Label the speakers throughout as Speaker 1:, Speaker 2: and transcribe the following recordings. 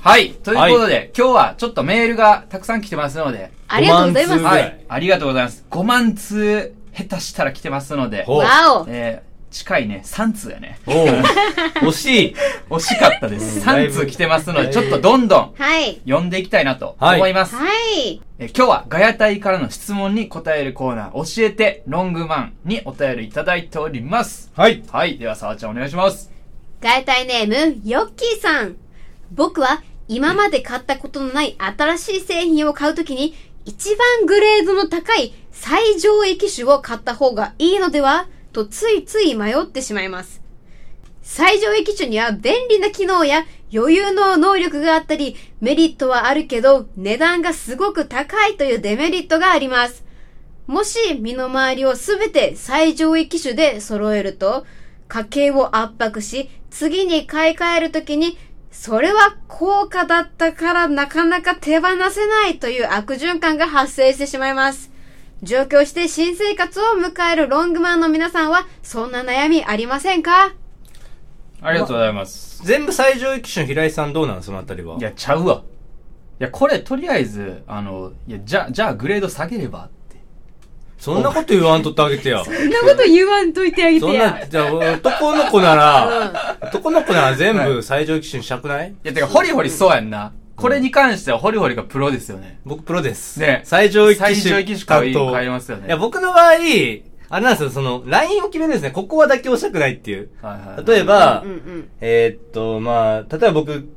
Speaker 1: はい。ということで、今日はちょっとメールがたくさん来てますので、
Speaker 2: ありがとうございます。
Speaker 1: は
Speaker 2: わ
Speaker 1: い。ありがとうございます。5万通、下手したら来てますので、
Speaker 3: ほう
Speaker 2: お。
Speaker 1: えー、近いね、3通やね。
Speaker 3: おう惜しい。
Speaker 1: 惜しかったです。
Speaker 3: うんだい
Speaker 1: 3
Speaker 3: ぶ
Speaker 1: 通来てますので、ちょっとどんどん
Speaker 2: はい。
Speaker 1: 読んでいきたいなと思います。
Speaker 2: はい。
Speaker 1: えー今日はガヤ隊からの質問に答えるコーナー、教えてロングマンにお便りいただいております。
Speaker 3: はい。
Speaker 1: はい。では、さわちゃんお願いします。
Speaker 2: ガエタイネーム、ヨッキーさん。僕は今まで買ったことのない新しい製品を買うときに、一番グレードの高い最上位機種を買った方がいいのではとついつい迷ってしまいます。最上位機種には便利な機能や余裕の能力があったり、メリットはあるけど、値段がすごく高いというデメリットがあります。もし身の回りをすべて最上位機種で揃えると、家計を圧迫し、次に買い替えるときに、それは高価だったからなかなか手放せないという悪循環が発生してしまいます。上京して新生活を迎えるロングマンの皆さんは、そんな悩みありませんか
Speaker 1: ありがとうございます。。
Speaker 3: 全部最上位機種の平井さんどうなんそのあたりはい
Speaker 1: や、ちゃうわ。いや、これ、とりあえず、あの、いや、じゃあ、じゃあ、グレード下げればって。
Speaker 3: そんなこと言わんとってあげてや。
Speaker 2: そんなこと言わんといてあげ
Speaker 3: そんな、。じゃあ男の子なら、男の子なら全部最上位機種にしたくない
Speaker 1: いや、てか、ホリホリそうやんな。これに関しては、ホリホリがプロですよね。
Speaker 3: 僕プロです。
Speaker 1: ね
Speaker 3: 最上位機種。
Speaker 1: 最上位機種買い買いますよね
Speaker 3: いや、僕の場合、あれなんですよ、その、ラインを決めるんですね。ここは妥協したくないっていう。
Speaker 1: はいはいはい
Speaker 3: 例えば、
Speaker 2: うんうん。
Speaker 3: えーっと、まあ、例えば僕、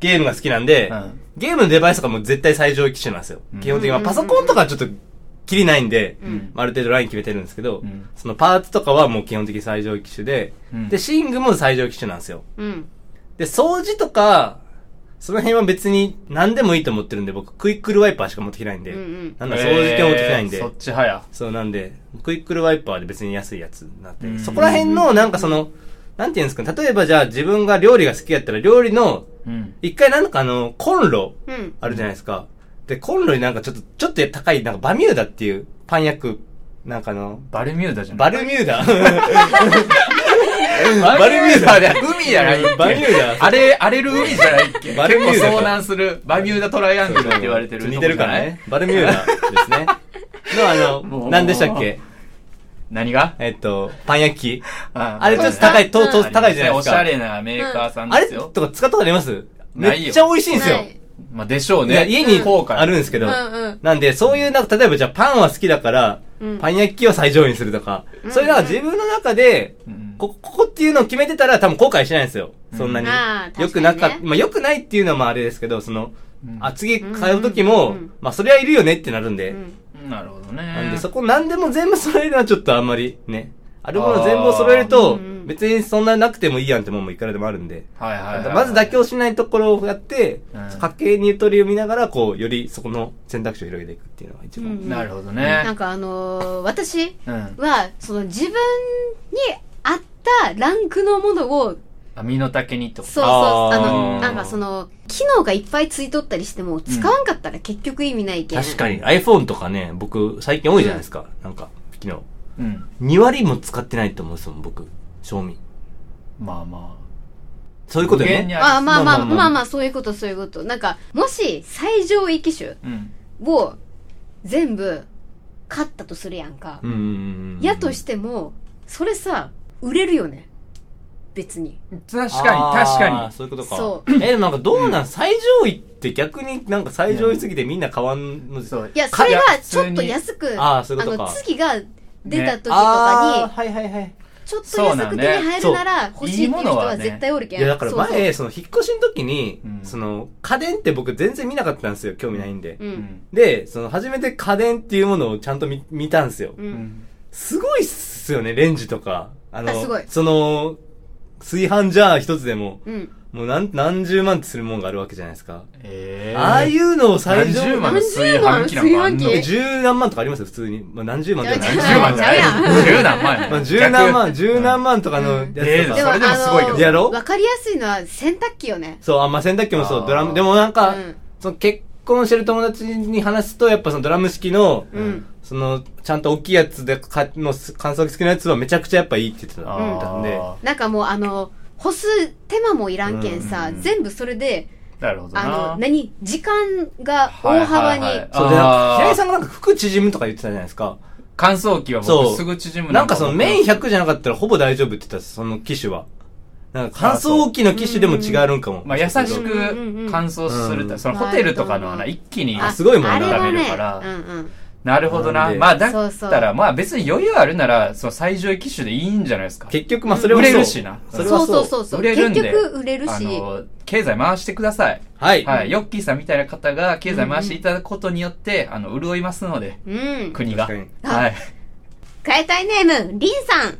Speaker 3: ゲームが好きなんで、
Speaker 1: うん
Speaker 3: ゲームのデバイスとかも絶対最上位機種なんですよ。
Speaker 1: うん
Speaker 3: 基本的には、まあパソコンとかはちょっと、きりないんで、
Speaker 1: ん
Speaker 3: まあある程度ライン決めてるんですけど、
Speaker 1: うん
Speaker 3: そのパーツとかはもう基本的に最上位機種で、
Speaker 1: うん
Speaker 3: で、シングも最上位機種なんですよ。
Speaker 2: うん。
Speaker 3: で、掃除とか、その辺は別に何でもいいと思ってるんで、僕、クイックルワイパーしか持ってきないんで、
Speaker 2: うんうん
Speaker 3: なんだ、掃除機は持ってきないんで、
Speaker 1: えーそっち早。
Speaker 3: そうなんで、クイックルワイパーで別に安いやつになっ
Speaker 1: うん
Speaker 3: て、そこら辺のなんかその、なんていうんですか、例えばじゃあ自分が料理が好きやったら料理の、
Speaker 1: うん。
Speaker 3: 一回なんかあの、コンロ
Speaker 2: うん。
Speaker 3: あるじゃないですか。で、コンロになんかちょっと、ちょっと高い、なんかバミューダっていうパン焼く、なんかあの、
Speaker 1: バルミューダじゃん。
Speaker 3: バルミュ ーダバルミューダ
Speaker 1: じゃない海じゃないっけ
Speaker 3: バミューダ
Speaker 1: あれ、荒れる海じゃないっけ
Speaker 3: バルミューダ
Speaker 1: 結構遭難する、バミューダトライアングルって言われてる。
Speaker 3: 似てるからね。。バルミューダですね。のあ
Speaker 1: も
Speaker 3: の、
Speaker 1: う
Speaker 3: 何でしたっけ
Speaker 1: 何が
Speaker 3: えっと、パン焼き器。
Speaker 1: あ
Speaker 3: あれちょっと高
Speaker 2: う
Speaker 3: い、
Speaker 2: ん
Speaker 3: と、と、高いじゃない
Speaker 1: お
Speaker 3: です
Speaker 1: しゃ
Speaker 3: か。
Speaker 1: れなメーカーさん
Speaker 3: あ
Speaker 1: で
Speaker 3: れ
Speaker 1: すよ。
Speaker 3: とか使ったことあります
Speaker 1: ないよ
Speaker 3: めっちゃ美味しいんですよ
Speaker 2: な。い
Speaker 1: まあ、でしょう
Speaker 3: いや
Speaker 1: ね。
Speaker 3: 家に
Speaker 1: 効果
Speaker 3: あるんですけ
Speaker 2: う
Speaker 3: ど。
Speaker 2: んうん。
Speaker 3: なんで、そういう、なんか、例えばじゃあパンは好きだから、
Speaker 2: うん
Speaker 3: パン焼きを最上位にするとか、
Speaker 2: うん
Speaker 3: そういうなんか自分の中で、
Speaker 1: うん
Speaker 3: ここ、ここっていうのを決めてたら多分後悔しないんですよ。そんなに。
Speaker 2: うんあー
Speaker 3: よくなかっ
Speaker 2: 確かにね
Speaker 3: まあ良くないっていうのはまああれですけど、その、
Speaker 1: うん
Speaker 3: あ、次買う時も、
Speaker 2: うんうんうん
Speaker 3: まあそれはいるよねってなるんで、
Speaker 2: うん
Speaker 1: なるほどね。
Speaker 3: なんでそこ何でも全部揃えるのはちょっとあんまりね、あるもの全部を揃える
Speaker 2: あ
Speaker 3: と
Speaker 2: ーうんうん、
Speaker 3: 別にそんななくてもいいやんってもんもいくらでもあるんで。
Speaker 1: はいはいはい、
Speaker 3: まず妥協しないところをやって、
Speaker 1: うん
Speaker 3: 家計にゆとりを見ながら、こう、よりそこの選択肢を広げていくっていうのが一番。
Speaker 2: うん
Speaker 1: なるほど
Speaker 2: な
Speaker 1: ね
Speaker 2: ん。かあのー私
Speaker 1: うん。
Speaker 2: は、その自分に合ったランクのものを、
Speaker 1: あ、身の丈にってこと
Speaker 2: そうそう、
Speaker 3: あ
Speaker 2: あ
Speaker 3: ー
Speaker 2: の、なんかその、機能がいっぱいついとったりしても、使わんかったら結局意味ないけん。
Speaker 3: 確かに iPhone とかね、僕、最近多いじゃないですか。なんか、昨日。
Speaker 1: うん。
Speaker 3: 2割も使ってないと思うんですもん、僕。賞味。
Speaker 1: まあま
Speaker 3: そういうことよ
Speaker 1: 無限に
Speaker 3: ね。
Speaker 2: あーまあまあ、ま
Speaker 3: ま
Speaker 2: あ
Speaker 3: あま
Speaker 2: まあ
Speaker 3: あ
Speaker 2: まあまあ、そういうこと、そういうこと。なんか、もし、最上位機種
Speaker 1: あ。うん。
Speaker 2: を、全部、買ったとするやんか。
Speaker 3: うんうんうんうん。
Speaker 2: やとしても、それさ、売れるよね。別に。
Speaker 1: 確かに、
Speaker 3: あー
Speaker 1: 確か
Speaker 3: そういうことか。
Speaker 2: そ
Speaker 3: え、でもなんかどうなん、最上位って逆になんか最上位すぎてみんな変わんの
Speaker 1: に。そう。
Speaker 2: いや、それが
Speaker 1: いや、
Speaker 2: ちょっと
Speaker 1: 普通に
Speaker 2: 安く、
Speaker 3: あーそういうことか
Speaker 2: の、次が出た時とかに、
Speaker 3: ああー、はいはいはい。
Speaker 2: ちょっと安く手に入るなら
Speaker 1: そう
Speaker 2: 欲
Speaker 1: ね
Speaker 2: し
Speaker 1: い
Speaker 2: いっていう人
Speaker 1: いもの
Speaker 2: は
Speaker 1: はね
Speaker 2: 絶対おるけん。
Speaker 3: いや、だから
Speaker 2: そうそう
Speaker 3: 前、その、引っ越しの時に
Speaker 1: うん、
Speaker 3: その、家電って僕全然見なかったんですよ。興味ないんで
Speaker 2: う。。
Speaker 1: うんん。
Speaker 3: で、その、初めて家電っていうものをちゃんと見、見たんですよ
Speaker 2: う。。
Speaker 1: うんん。
Speaker 3: すごいっすよね、レンジとか。あの
Speaker 2: あすごい、
Speaker 3: その、炊飯ジャー一つでも、
Speaker 2: うん。
Speaker 3: もう何、何十万ってするもんがあるわけじゃないですか。
Speaker 1: え。
Speaker 3: ああいううのを
Speaker 1: 何
Speaker 3: 最上
Speaker 1: 十
Speaker 3: 位。
Speaker 1: 万の炊飯器なんかあんの
Speaker 2: 何
Speaker 3: え
Speaker 2: 十
Speaker 3: 十何万とかありますよ、普通に。まあ、何十万ではない。
Speaker 2: い
Speaker 1: 十
Speaker 2: やいや
Speaker 1: 万じゃない
Speaker 2: ちゃうやん
Speaker 1: 十何万や
Speaker 3: まあ、十何万、十何
Speaker 1: 万。
Speaker 3: 万とかのやつとか。
Speaker 1: ええなそれでもすごいけど
Speaker 2: あの
Speaker 3: やろ
Speaker 2: わかりやすいのは洗濯機よね。
Speaker 3: そう、あ、まあ、洗濯機もそ
Speaker 1: あー
Speaker 3: う、ドラム、でもなんか、
Speaker 2: うん
Speaker 3: その結婚してる友達に話すと、やっぱそのドラム式の、
Speaker 2: うん
Speaker 3: その、ちゃんと大きいやつで、か、の、乾燥機付きのやつはめちゃくちゃやっぱいいって言ってた
Speaker 1: あ
Speaker 3: んで、
Speaker 1: あ
Speaker 2: なんかもうあの、干す手間もいらんけんさ、
Speaker 1: うん
Speaker 2: 全部それで、
Speaker 1: なるほど
Speaker 2: あの、
Speaker 1: な。
Speaker 2: 何時間が大幅に、
Speaker 1: はいはいはい
Speaker 3: そうで、なんか
Speaker 1: あー
Speaker 3: 平井さんがなんか服縮むとか言ってたじゃないですか。
Speaker 1: 乾燥機は
Speaker 3: そ
Speaker 1: 僕
Speaker 3: う
Speaker 1: すぐ縮む
Speaker 3: なんかそのメイン
Speaker 1: ン
Speaker 3: 100じゃなかったらほぼ大丈夫って言ってたんですその機種は。なんか乾燥機の機種でも違うんかも。
Speaker 1: まあ優し
Speaker 2: うんう
Speaker 1: く
Speaker 2: んうん
Speaker 1: 乾燥するっ
Speaker 3: う
Speaker 1: て、
Speaker 3: ん
Speaker 1: そのホテルとかのはな、一気に。
Speaker 3: あすごいもんな
Speaker 2: あれは
Speaker 1: 食べ
Speaker 2: ね
Speaker 1: るから、
Speaker 2: うんうん。
Speaker 1: なるほどな
Speaker 3: な。んで
Speaker 1: まあだ
Speaker 2: そう
Speaker 1: っ
Speaker 2: そう
Speaker 1: たら、まあ別に余裕あるなら、その最上位機種でいいんじゃないですか。
Speaker 3: 結局まあそれは
Speaker 1: 売
Speaker 3: そう
Speaker 1: れるしな
Speaker 3: それは
Speaker 2: そ
Speaker 3: そうう。
Speaker 2: そうそうそう。
Speaker 1: 売れるんで。
Speaker 2: 結局売れるし。
Speaker 1: あの、経済回してください。
Speaker 3: はい。
Speaker 1: はい。ヨッキーさんみたいな方が経済回していただくことによって、あの、潤いますので、
Speaker 2: うん。
Speaker 1: 国が。
Speaker 3: 確かに
Speaker 1: はい。
Speaker 2: 変えたいネーム、リンさん。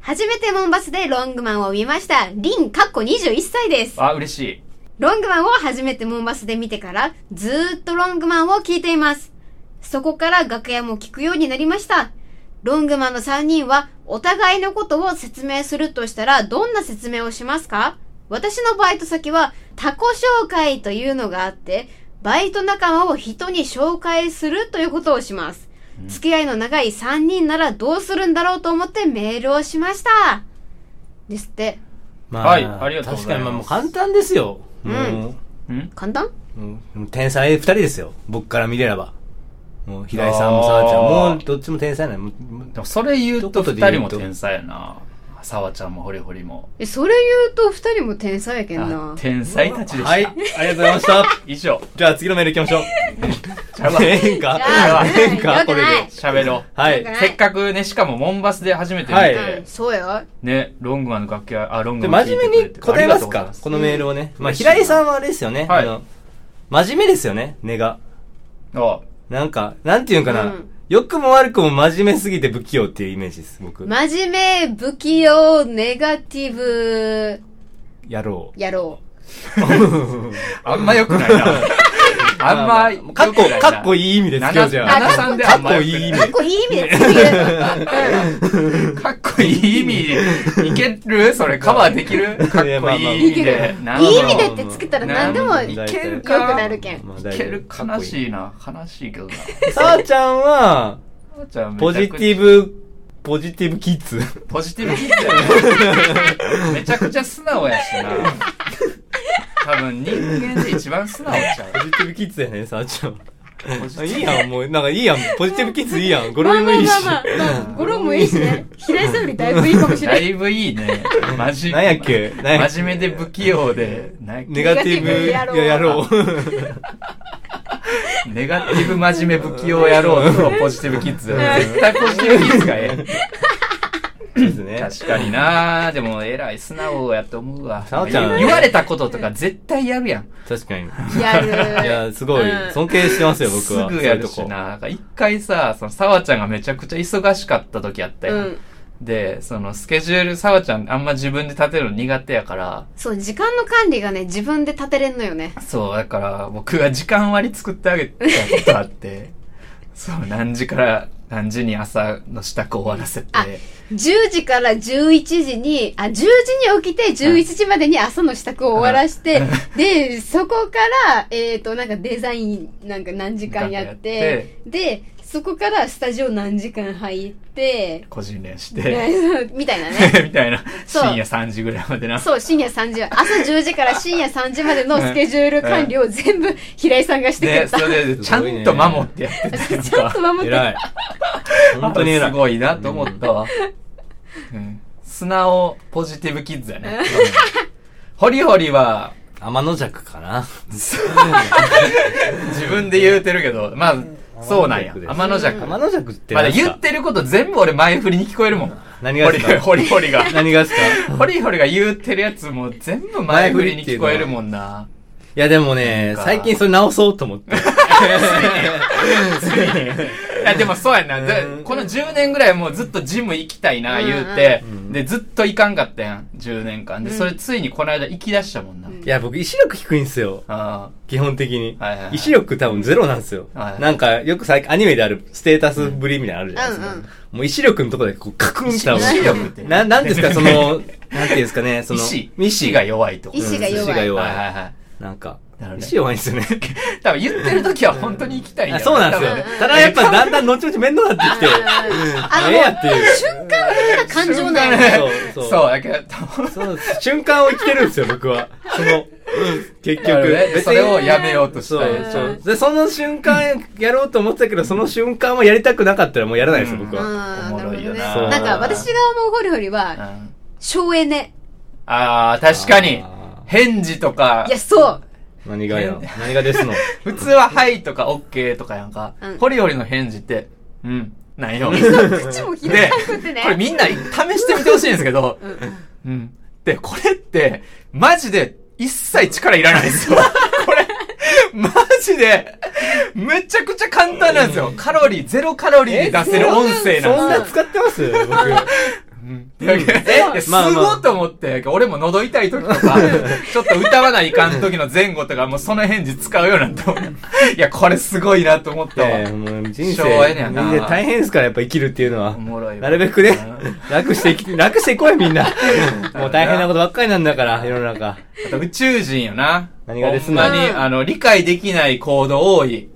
Speaker 2: 初めてモンバスでロングマンを見ました。リン、かっこ21歳です。
Speaker 1: あ、嬉しい。
Speaker 2: ロングマンを初めてモンバスで見てから、ずーっとロングマンを聞いています。そこから楽屋も聞くようになりました。ロングマンの3人は、お互いのことを説明するとしたら、どんな説明をしますか私のバイト先は、他己紹介というのがあって、バイト仲間を人に紹介するということをします。付き合いの長い3人ならどうするんだろうと思ってメールをしました。ですって。
Speaker 3: ま
Speaker 1: はいありがとうございます
Speaker 3: 確かにまあもう簡単ですよ。
Speaker 2: うん
Speaker 3: も
Speaker 1: うん
Speaker 2: 簡単
Speaker 3: う、もうもう天才二人ですよ。僕から見れれば。もう平井さんもさあちゃん
Speaker 1: あ
Speaker 3: も、
Speaker 1: ー
Speaker 3: もうどっちも天才なんもうもう
Speaker 1: でもそれ言うと
Speaker 3: 一言で
Speaker 1: 二
Speaker 3: 言うと
Speaker 1: 人も天才やな。沢ちゃんもホリホリも。
Speaker 2: え、それ言うと二人も天才やけん
Speaker 1: あ
Speaker 2: な。
Speaker 1: 天才たちでした。
Speaker 3: はい。ありがとうございました。
Speaker 1: 以上。
Speaker 3: じゃあ次のメール行きましょう。 ええんか
Speaker 2: あ
Speaker 3: ええん
Speaker 2: よ
Speaker 3: か
Speaker 2: く
Speaker 3: これ
Speaker 2: ない
Speaker 3: で。
Speaker 1: 喋ろう。
Speaker 3: は
Speaker 2: よく
Speaker 3: い
Speaker 2: な。い
Speaker 1: せっかくね、しかもモンバスで初めて見て、
Speaker 3: はい
Speaker 2: うん、そうよ。
Speaker 1: ね、ロングマンの楽器は、あ、ロング
Speaker 3: で、
Speaker 1: マン聞
Speaker 3: 真
Speaker 1: いて
Speaker 3: 面
Speaker 1: くれ
Speaker 3: 目
Speaker 1: て
Speaker 3: に答えま
Speaker 1: あ
Speaker 3: す
Speaker 1: り
Speaker 3: か
Speaker 1: がとうござい
Speaker 3: このメールをね。まあ、
Speaker 1: 嬉しいな
Speaker 3: 平井さんはあれですよね。
Speaker 1: はい
Speaker 3: あの、真面目ですよね、根が。
Speaker 1: あ
Speaker 3: なんか、なんていうんか
Speaker 2: う。
Speaker 3: なん良くも悪くも真面目すぎて不器用っていうイメージです、僕。
Speaker 2: 真面目、不器用、ネガティブ、
Speaker 3: やろう。
Speaker 2: やろ
Speaker 1: あんま良くないな。 あんま良くないな、
Speaker 3: かっこ、かっこいい意味です、今日じゃあ。
Speaker 1: 七三で
Speaker 3: か
Speaker 1: あ
Speaker 3: っ
Speaker 1: ん
Speaker 3: こ
Speaker 1: ま良くない
Speaker 3: い意
Speaker 2: う。
Speaker 3: 味
Speaker 2: か。っこいい意味で 次言う。
Speaker 1: かっこいい意味で、いける それカバーできるかっこ
Speaker 3: いやまあまあ
Speaker 1: いい意味で。
Speaker 2: いい意
Speaker 1: なる
Speaker 2: 味
Speaker 1: ほ
Speaker 2: で
Speaker 1: ど
Speaker 2: ってつけたら何でも
Speaker 1: い
Speaker 2: 良く
Speaker 1: けるか
Speaker 2: なるけん。
Speaker 3: まあ
Speaker 1: いける悲し
Speaker 3: い。
Speaker 1: いな。悲しいけどな。
Speaker 3: さあちゃんは、
Speaker 1: じゃあめちゃ
Speaker 3: ポ
Speaker 1: くちゃ
Speaker 3: ジティブ、ポジティブキッズ。
Speaker 1: ポジティブヒットやねめちゃくちゃ素直やしな。多分人間で一番素直ちゃ
Speaker 3: ポジティブキッズやね、さあちゃん。
Speaker 1: う。ポジティブ
Speaker 3: あいいやん、もう、なんかいいやん。ポジティブキッズいいやん。語
Speaker 2: ま
Speaker 3: 呂
Speaker 2: あ
Speaker 3: に
Speaker 2: ま
Speaker 3: も
Speaker 2: あ
Speaker 3: いいし。
Speaker 2: まあまあ、まあ、ゴロもいいしね。平井さんよりだいぶいいかもし
Speaker 1: だ
Speaker 2: れない。
Speaker 1: いぶいいね。真面目。
Speaker 3: なんやっけなんやっけ
Speaker 1: 真面目で不器用で、なんやっけ
Speaker 3: ネガティブやろう。
Speaker 1: ネガティブ真面目不器用野郎とポジティブキッズ。絶対ポジティブキッズがえ
Speaker 3: です
Speaker 1: え。
Speaker 3: ね。
Speaker 1: 確かになでも偉い素直やと思うわ。
Speaker 3: さおちゃん
Speaker 1: 言言われたこととか絶対やるやん。
Speaker 3: 確かに。 い
Speaker 2: やる。
Speaker 3: や、すごい
Speaker 2: うん。
Speaker 3: 尊敬してますよ、僕
Speaker 1: す
Speaker 3: は。
Speaker 1: ぐやる
Speaker 3: そう
Speaker 1: し
Speaker 3: いうとこ
Speaker 1: な。なんか一回さ、その、さわちゃんがめちゃくちゃ忙しかった時あった
Speaker 2: う
Speaker 1: よ。
Speaker 2: ん。
Speaker 1: で、そのスケジュール、さわちゃんあんま自分で立てるの苦手やから、
Speaker 2: そう、時間の管理がね、自分で立てれんのよね。
Speaker 1: そう、だから僕が時間割り作ってあげたことあ って、そう、何時から何時に朝の支度終わらせて、
Speaker 2: あ10時から11時に、あ、10時に起きて11時までに朝の支度を終わらして、 で、そこから、えっ、と、なんかデザインなんか何時間やって、で、そこからスタジオ何時間入って、
Speaker 1: 個人練して、
Speaker 2: みたい なね。
Speaker 1: みたいな、
Speaker 2: そう
Speaker 1: 深夜3時ぐらいまでな。
Speaker 2: そう、深夜3時、朝10時から深夜3時までのスケジュール管理を全部平井さんがしてく
Speaker 1: で、
Speaker 2: れた。
Speaker 1: それで、ちゃんと守ってやってたやん
Speaker 2: ちゃん
Speaker 1: か。
Speaker 2: と守って
Speaker 3: 偉い。本当に偉
Speaker 1: す
Speaker 3: い。
Speaker 1: ごいなと思ったわ。うん素直ポジティブキッズやね。 ホリホリは、
Speaker 3: 天の弱かな。
Speaker 1: 自分で言うてるけど、まあ、そうなんや。天の弱。
Speaker 3: 天の弱って
Speaker 1: まあ
Speaker 3: 何
Speaker 1: ね
Speaker 3: です
Speaker 1: 言っ
Speaker 3: か
Speaker 1: てること全部俺前振りに聞こえるもん。
Speaker 3: 何
Speaker 1: ホ
Speaker 3: が
Speaker 1: リ
Speaker 3: ですか
Speaker 1: ホリホリが。
Speaker 3: 何がですかい
Speaker 1: ホリホリが言ってるやつも全部前振りに聞こえるもんな。
Speaker 3: やでもね
Speaker 1: か、
Speaker 3: 最近それ直そうと思 って。
Speaker 1: いや、でもそうやな。でこの10年ぐらいもうずっとジム行きたいな、言うて。で、ずっと行かんかったやん。10年間。で、それついにこの間行き出したもんな。
Speaker 3: いや、僕、意志力低いんですよ。
Speaker 1: あ
Speaker 3: 基本的に
Speaker 1: はいはいは。い
Speaker 3: 意志力多分ゼロなんですよ。
Speaker 1: はいはい
Speaker 3: なんか、よく最近アニメであるステータスぶりみたいなのあるじゃないです
Speaker 2: うんうん
Speaker 3: か。もう意志力のとこでこうカクンって
Speaker 1: あ。
Speaker 3: 多
Speaker 1: 意志
Speaker 3: 分。
Speaker 1: 力って。
Speaker 3: な、なんですか、その、なんていうんですかね、そ
Speaker 1: 意
Speaker 3: の、
Speaker 1: 志。
Speaker 3: 意志
Speaker 1: が弱いと。
Speaker 2: 意志が
Speaker 3: うん
Speaker 2: 弱い
Speaker 3: 意志が
Speaker 1: はい
Speaker 3: 弱い。
Speaker 1: はいはい。
Speaker 3: なんか
Speaker 1: なるほどね、
Speaker 3: 死弱いんですよね。
Speaker 1: 多分言ってる時は本当に行きたいんや
Speaker 3: あそうなんですよね
Speaker 2: うん。
Speaker 3: ただやっぱだんだん後々面倒になってきて、
Speaker 2: あ
Speaker 3: ええやっていう。
Speaker 2: 瞬間的な感情な
Speaker 1: 瞬間
Speaker 2: んや。
Speaker 1: ね
Speaker 3: そうそう
Speaker 1: そう、だけど、多分
Speaker 3: その瞬間を生きてるんですよ、僕は。その、結
Speaker 1: なるほ
Speaker 3: 局
Speaker 1: どね。
Speaker 3: 別に
Speaker 1: それをやめようとした
Speaker 3: そ、
Speaker 1: いう
Speaker 3: そう。で、その瞬間やろうと思ってたけど、その瞬間はやりたくなかったらもうやらないですよ、
Speaker 1: うん
Speaker 3: 僕は。
Speaker 2: あ
Speaker 1: お
Speaker 2: ー
Speaker 1: もろいよな
Speaker 2: るほどねなんか私が思うホリホリ
Speaker 1: う
Speaker 2: は、
Speaker 1: ん
Speaker 2: 省エネ。
Speaker 1: あー、確かに
Speaker 3: あ、
Speaker 1: 返事とか
Speaker 2: いや、、そう。
Speaker 3: 何がやの何が ですの
Speaker 1: 普通ははいとかオッケーとかやんか
Speaker 2: うん、
Speaker 1: ホリホリの返事って、うん、ないよ。
Speaker 2: 口も開
Speaker 1: で
Speaker 2: かなくてね。
Speaker 1: これみんな試してみてほしいんですけど、うん。で、これって、マジで一切力いらないん ですよ。これ、マジで、めちゃくちゃ簡単なんですよ。カロリー、ゼロカロリーで出せる音声
Speaker 3: そん
Speaker 1: なん
Speaker 3: な
Speaker 1: で
Speaker 3: 使ってます 僕。
Speaker 1: すよ。いやいやす
Speaker 3: まあまあ
Speaker 1: ごいと思って、俺も喉痛い時と か、ちょっと歌わないかん時の前後とか、もうその返事使うようになんて思う。 いや、これすごいなと思った
Speaker 3: ええ
Speaker 1: わ。
Speaker 3: もう人
Speaker 1: 昭和
Speaker 3: 生、
Speaker 1: やねんな
Speaker 3: 人生大変ですから、やっぱ生きるっていうのは
Speaker 1: お。もろいわ。
Speaker 3: なるべくね
Speaker 1: うん、
Speaker 3: 楽して生き、楽していこうよ、みんな。もう大変なことばっかりなんだから、世の中。
Speaker 1: あと宇宙人よな。
Speaker 3: 何がです
Speaker 1: ほん
Speaker 3: の
Speaker 1: まに、
Speaker 2: うん
Speaker 1: あの、理解できない行動多い。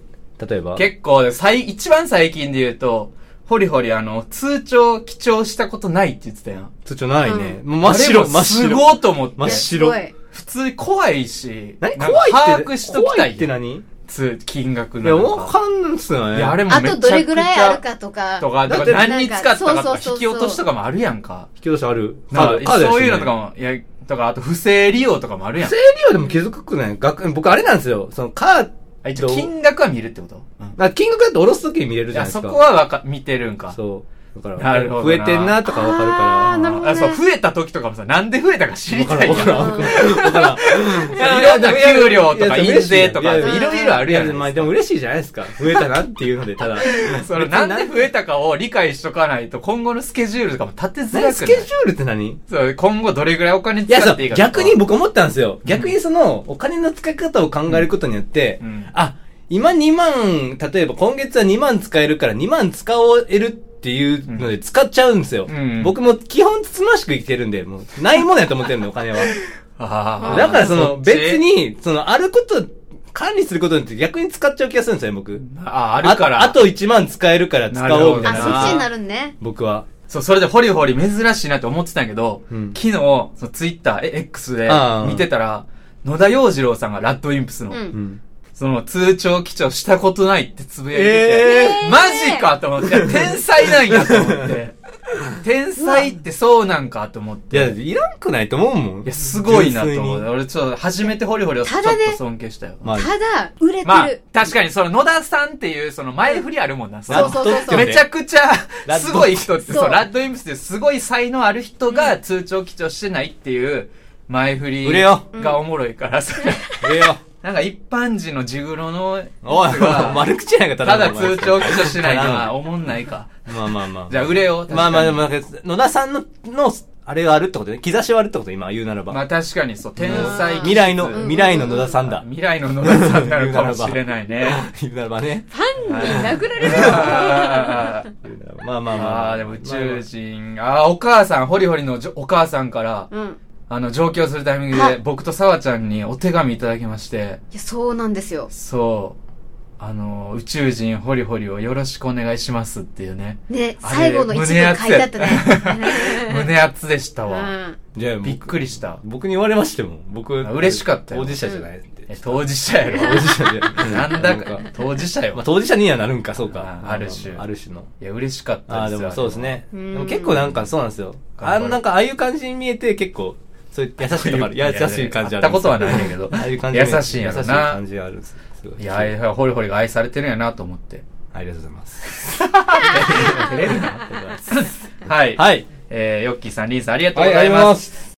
Speaker 3: 例えば。
Speaker 1: 結構、最、一番最近で言うと、ホリホリあの、通帳、記帳したことないって言ってたやん。
Speaker 3: 通帳ないね。もう真っ
Speaker 1: あ
Speaker 3: 白、
Speaker 1: れも
Speaker 3: 真っ
Speaker 1: す
Speaker 3: 白。
Speaker 1: ごいと思って
Speaker 3: 真。っ白
Speaker 2: いやすごい
Speaker 1: 普通怖いし。
Speaker 3: 何
Speaker 1: なんか
Speaker 3: 怖いって、
Speaker 1: 把握しときた
Speaker 3: 怖い
Speaker 1: い
Speaker 3: って
Speaker 1: やん。
Speaker 3: 何い
Speaker 1: つ、金額
Speaker 3: や、
Speaker 1: の。
Speaker 3: わかんないっすよね。
Speaker 1: いや、あれもめ
Speaker 2: あ
Speaker 1: ちゃ
Speaker 2: と
Speaker 1: くち
Speaker 2: ど
Speaker 1: ゃ。
Speaker 2: れぐらいあるかとか。
Speaker 1: とか、だか
Speaker 3: だっ
Speaker 1: ら
Speaker 3: て
Speaker 1: 何に使ったか
Speaker 2: な
Speaker 1: と
Speaker 2: んかそうそう
Speaker 1: か、
Speaker 2: そうそう
Speaker 1: 引き落としとかもあるやんか。
Speaker 3: 引き出しある。カ
Speaker 1: な
Speaker 3: ー
Speaker 1: ん
Speaker 3: ド、
Speaker 1: か
Speaker 3: カードやしね
Speaker 1: そういうのとか。も、いや、とか、あと不正利用とかもあるやん
Speaker 3: 整。理はでも気づくね。学僕あれなんですよ。そのカー
Speaker 1: あ一
Speaker 3: ド
Speaker 1: 応、金額は見るってことうん
Speaker 3: あ、金額だって下ろすときに見れる
Speaker 1: い
Speaker 3: じゃ
Speaker 1: や、
Speaker 3: ないで
Speaker 1: そ
Speaker 3: すか。
Speaker 1: こはわか、見てるんか。
Speaker 3: そう。だか
Speaker 1: な
Speaker 3: ら、
Speaker 1: るほどな
Speaker 3: 増えてんなとかわかる
Speaker 2: あーな
Speaker 3: か
Speaker 2: るほど
Speaker 1: あ、
Speaker 2: ね
Speaker 1: そう、増えた時とかもさ、なんで増えたか知りたい
Speaker 3: ら。
Speaker 1: やん
Speaker 3: わからん、わからん。わからん。
Speaker 1: いろんな給料とか
Speaker 3: いや
Speaker 1: 印税とか、
Speaker 3: い
Speaker 1: い
Speaker 3: や
Speaker 2: や
Speaker 1: ろいろあるや
Speaker 3: いや
Speaker 1: ん。
Speaker 3: まあでも嬉しいじゃないですか。増えたなっていうので、ただ。
Speaker 1: それなんで増えたかを理解しとかないと、今後のスケジュールとかも立てづらく
Speaker 3: ス
Speaker 1: な
Speaker 3: ケ
Speaker 1: い
Speaker 3: ジュールって何
Speaker 1: そう、今後どれぐらいお金
Speaker 3: いや、
Speaker 1: 使
Speaker 3: そ、
Speaker 1: っていいうか。
Speaker 3: 逆に、僕思ったんですよ。逆にその、お金の使い方を考えることによって、
Speaker 1: うん
Speaker 3: あ、今2万、例えば今月は2万使えるから2万使おえるっていうので使っちゃうんですよ。
Speaker 1: うん
Speaker 3: 僕も基本つつましく生きてるんで、もう、ないものやと思ってるんで、お金は。
Speaker 1: あー
Speaker 3: だからその、
Speaker 1: っち
Speaker 3: 別に、その、あること、管理することによって逆に使っちゃう気がするんですよね、僕。
Speaker 1: あー、あるから。
Speaker 3: あ。あと1万使えるから使おうみたい
Speaker 2: あ、
Speaker 1: る
Speaker 3: な。
Speaker 1: ほど
Speaker 2: そっちになるんね。
Speaker 3: 僕は。
Speaker 1: そう、それでホリホリ珍しいなって思ってたんやけど、
Speaker 3: うん
Speaker 1: 昨日、そのツイッター、え、X で
Speaker 3: あー
Speaker 1: 見てたら、野田洋次郎さんがラッドウィンプスの、
Speaker 2: うん
Speaker 3: うん。
Speaker 1: その通帳記帳したことないってつぶやいて
Speaker 3: え
Speaker 1: て、
Speaker 2: ー
Speaker 1: マジかと思って、いや天才なんやと思 って。天才ってそうなんかと思っ
Speaker 3: い
Speaker 1: て。
Speaker 3: や、
Speaker 1: い
Speaker 3: いらんくないと思うもん。
Speaker 1: や、すごいなと思
Speaker 3: 純
Speaker 1: っ
Speaker 3: 粋
Speaker 1: て。
Speaker 3: に
Speaker 1: 俺ちょっと初めてホリホリをちょ
Speaker 2: た
Speaker 1: っ
Speaker 2: だね
Speaker 1: と尊敬したよ。ま
Speaker 3: まあ、
Speaker 2: ただ、売れて
Speaker 1: あ
Speaker 2: る。、
Speaker 1: 確かにその野田さんっていうその前振りあるもんな。そ
Speaker 2: そ
Speaker 1: の
Speaker 2: うそうそうそう
Speaker 1: めちゃくちゃ
Speaker 3: ラッド
Speaker 1: すごい人って、
Speaker 2: そう
Speaker 1: そう、ラッドインプスっていうすごい才能ある人が通帳記帳してないっていう前振り
Speaker 3: 売れよ
Speaker 1: がおもろいから、それ。
Speaker 3: ええよ。
Speaker 1: なんか一般人のジグロのやつ
Speaker 3: おい、
Speaker 1: が
Speaker 3: 丸口やんか、ただ
Speaker 1: た
Speaker 3: の
Speaker 1: だ通帳記帳しない
Speaker 3: ただの
Speaker 1: な、おもんないか。
Speaker 3: まあまあまあ。
Speaker 1: じゃあ、売れよ。確かに
Speaker 3: まあまあでも、なんか、野田さんの、の、あれがあるってことね。兆しはあるってこと今言うならば。
Speaker 1: まあ確かにそう、天才。
Speaker 3: 未来
Speaker 1: う
Speaker 3: の、
Speaker 1: ん
Speaker 3: 未来の野田さんだ。
Speaker 1: 未来の野田さんなのかもしれないね。
Speaker 3: 言うならばね。
Speaker 2: ファンに殴られるよ。
Speaker 1: あー
Speaker 3: 言うならばまあまあまあ。
Speaker 1: あー、でも宇宙人。あー、お母さん、ホリホリのじょお母さんから、
Speaker 2: うん。
Speaker 1: あの、上京するタイミング
Speaker 2: は
Speaker 1: で
Speaker 2: い、
Speaker 1: 僕と沙和ちゃんにお手紙いただきまして、
Speaker 2: いや、そうなんですよ。
Speaker 1: そう、あの、宇宙人ホリホリをよろしくお願いしますっていうね。
Speaker 2: ね、
Speaker 1: あれ
Speaker 2: 最後の一部書いてあったね。
Speaker 1: 胸熱でした
Speaker 2: う
Speaker 1: わ。
Speaker 2: ん。
Speaker 3: じゃあ、
Speaker 1: びっ
Speaker 3: 僕
Speaker 1: くりした。
Speaker 3: 僕に言われましても、僕。
Speaker 1: 嬉しかったよ
Speaker 3: 当事者じゃないんで
Speaker 1: え、。当事者やろ。
Speaker 3: 当事者で。
Speaker 1: なんだか
Speaker 3: う、
Speaker 1: 当事者
Speaker 3: まあ
Speaker 1: よ。
Speaker 3: 当事者にはなるんか、そうか。
Speaker 1: あある種
Speaker 3: ある種の。
Speaker 1: いや、嬉しかったですよ。
Speaker 3: ああ、でもそうですね。
Speaker 2: う
Speaker 3: で
Speaker 2: ん
Speaker 3: も結構なんかそうなんですよ。
Speaker 1: 頑張
Speaker 3: あ
Speaker 1: る
Speaker 3: んなんかああいう感じに見えて結構、そういう優しいとこある。
Speaker 1: いや
Speaker 3: や
Speaker 1: いやいや
Speaker 3: 優しい感じある。
Speaker 1: 会ったことはないんやけど
Speaker 3: ああいう感じに見えて
Speaker 1: 優しいんやろな
Speaker 3: 優しい感じあるんです。すごい
Speaker 1: いや、あれホリホリが愛されてるんやなと思っ て。
Speaker 3: ありがとうございます。
Speaker 1: 照れるな。はい。
Speaker 3: はい。
Speaker 1: えー、ヨッキーさん、リンさん、ありがとうございます。
Speaker 3: す。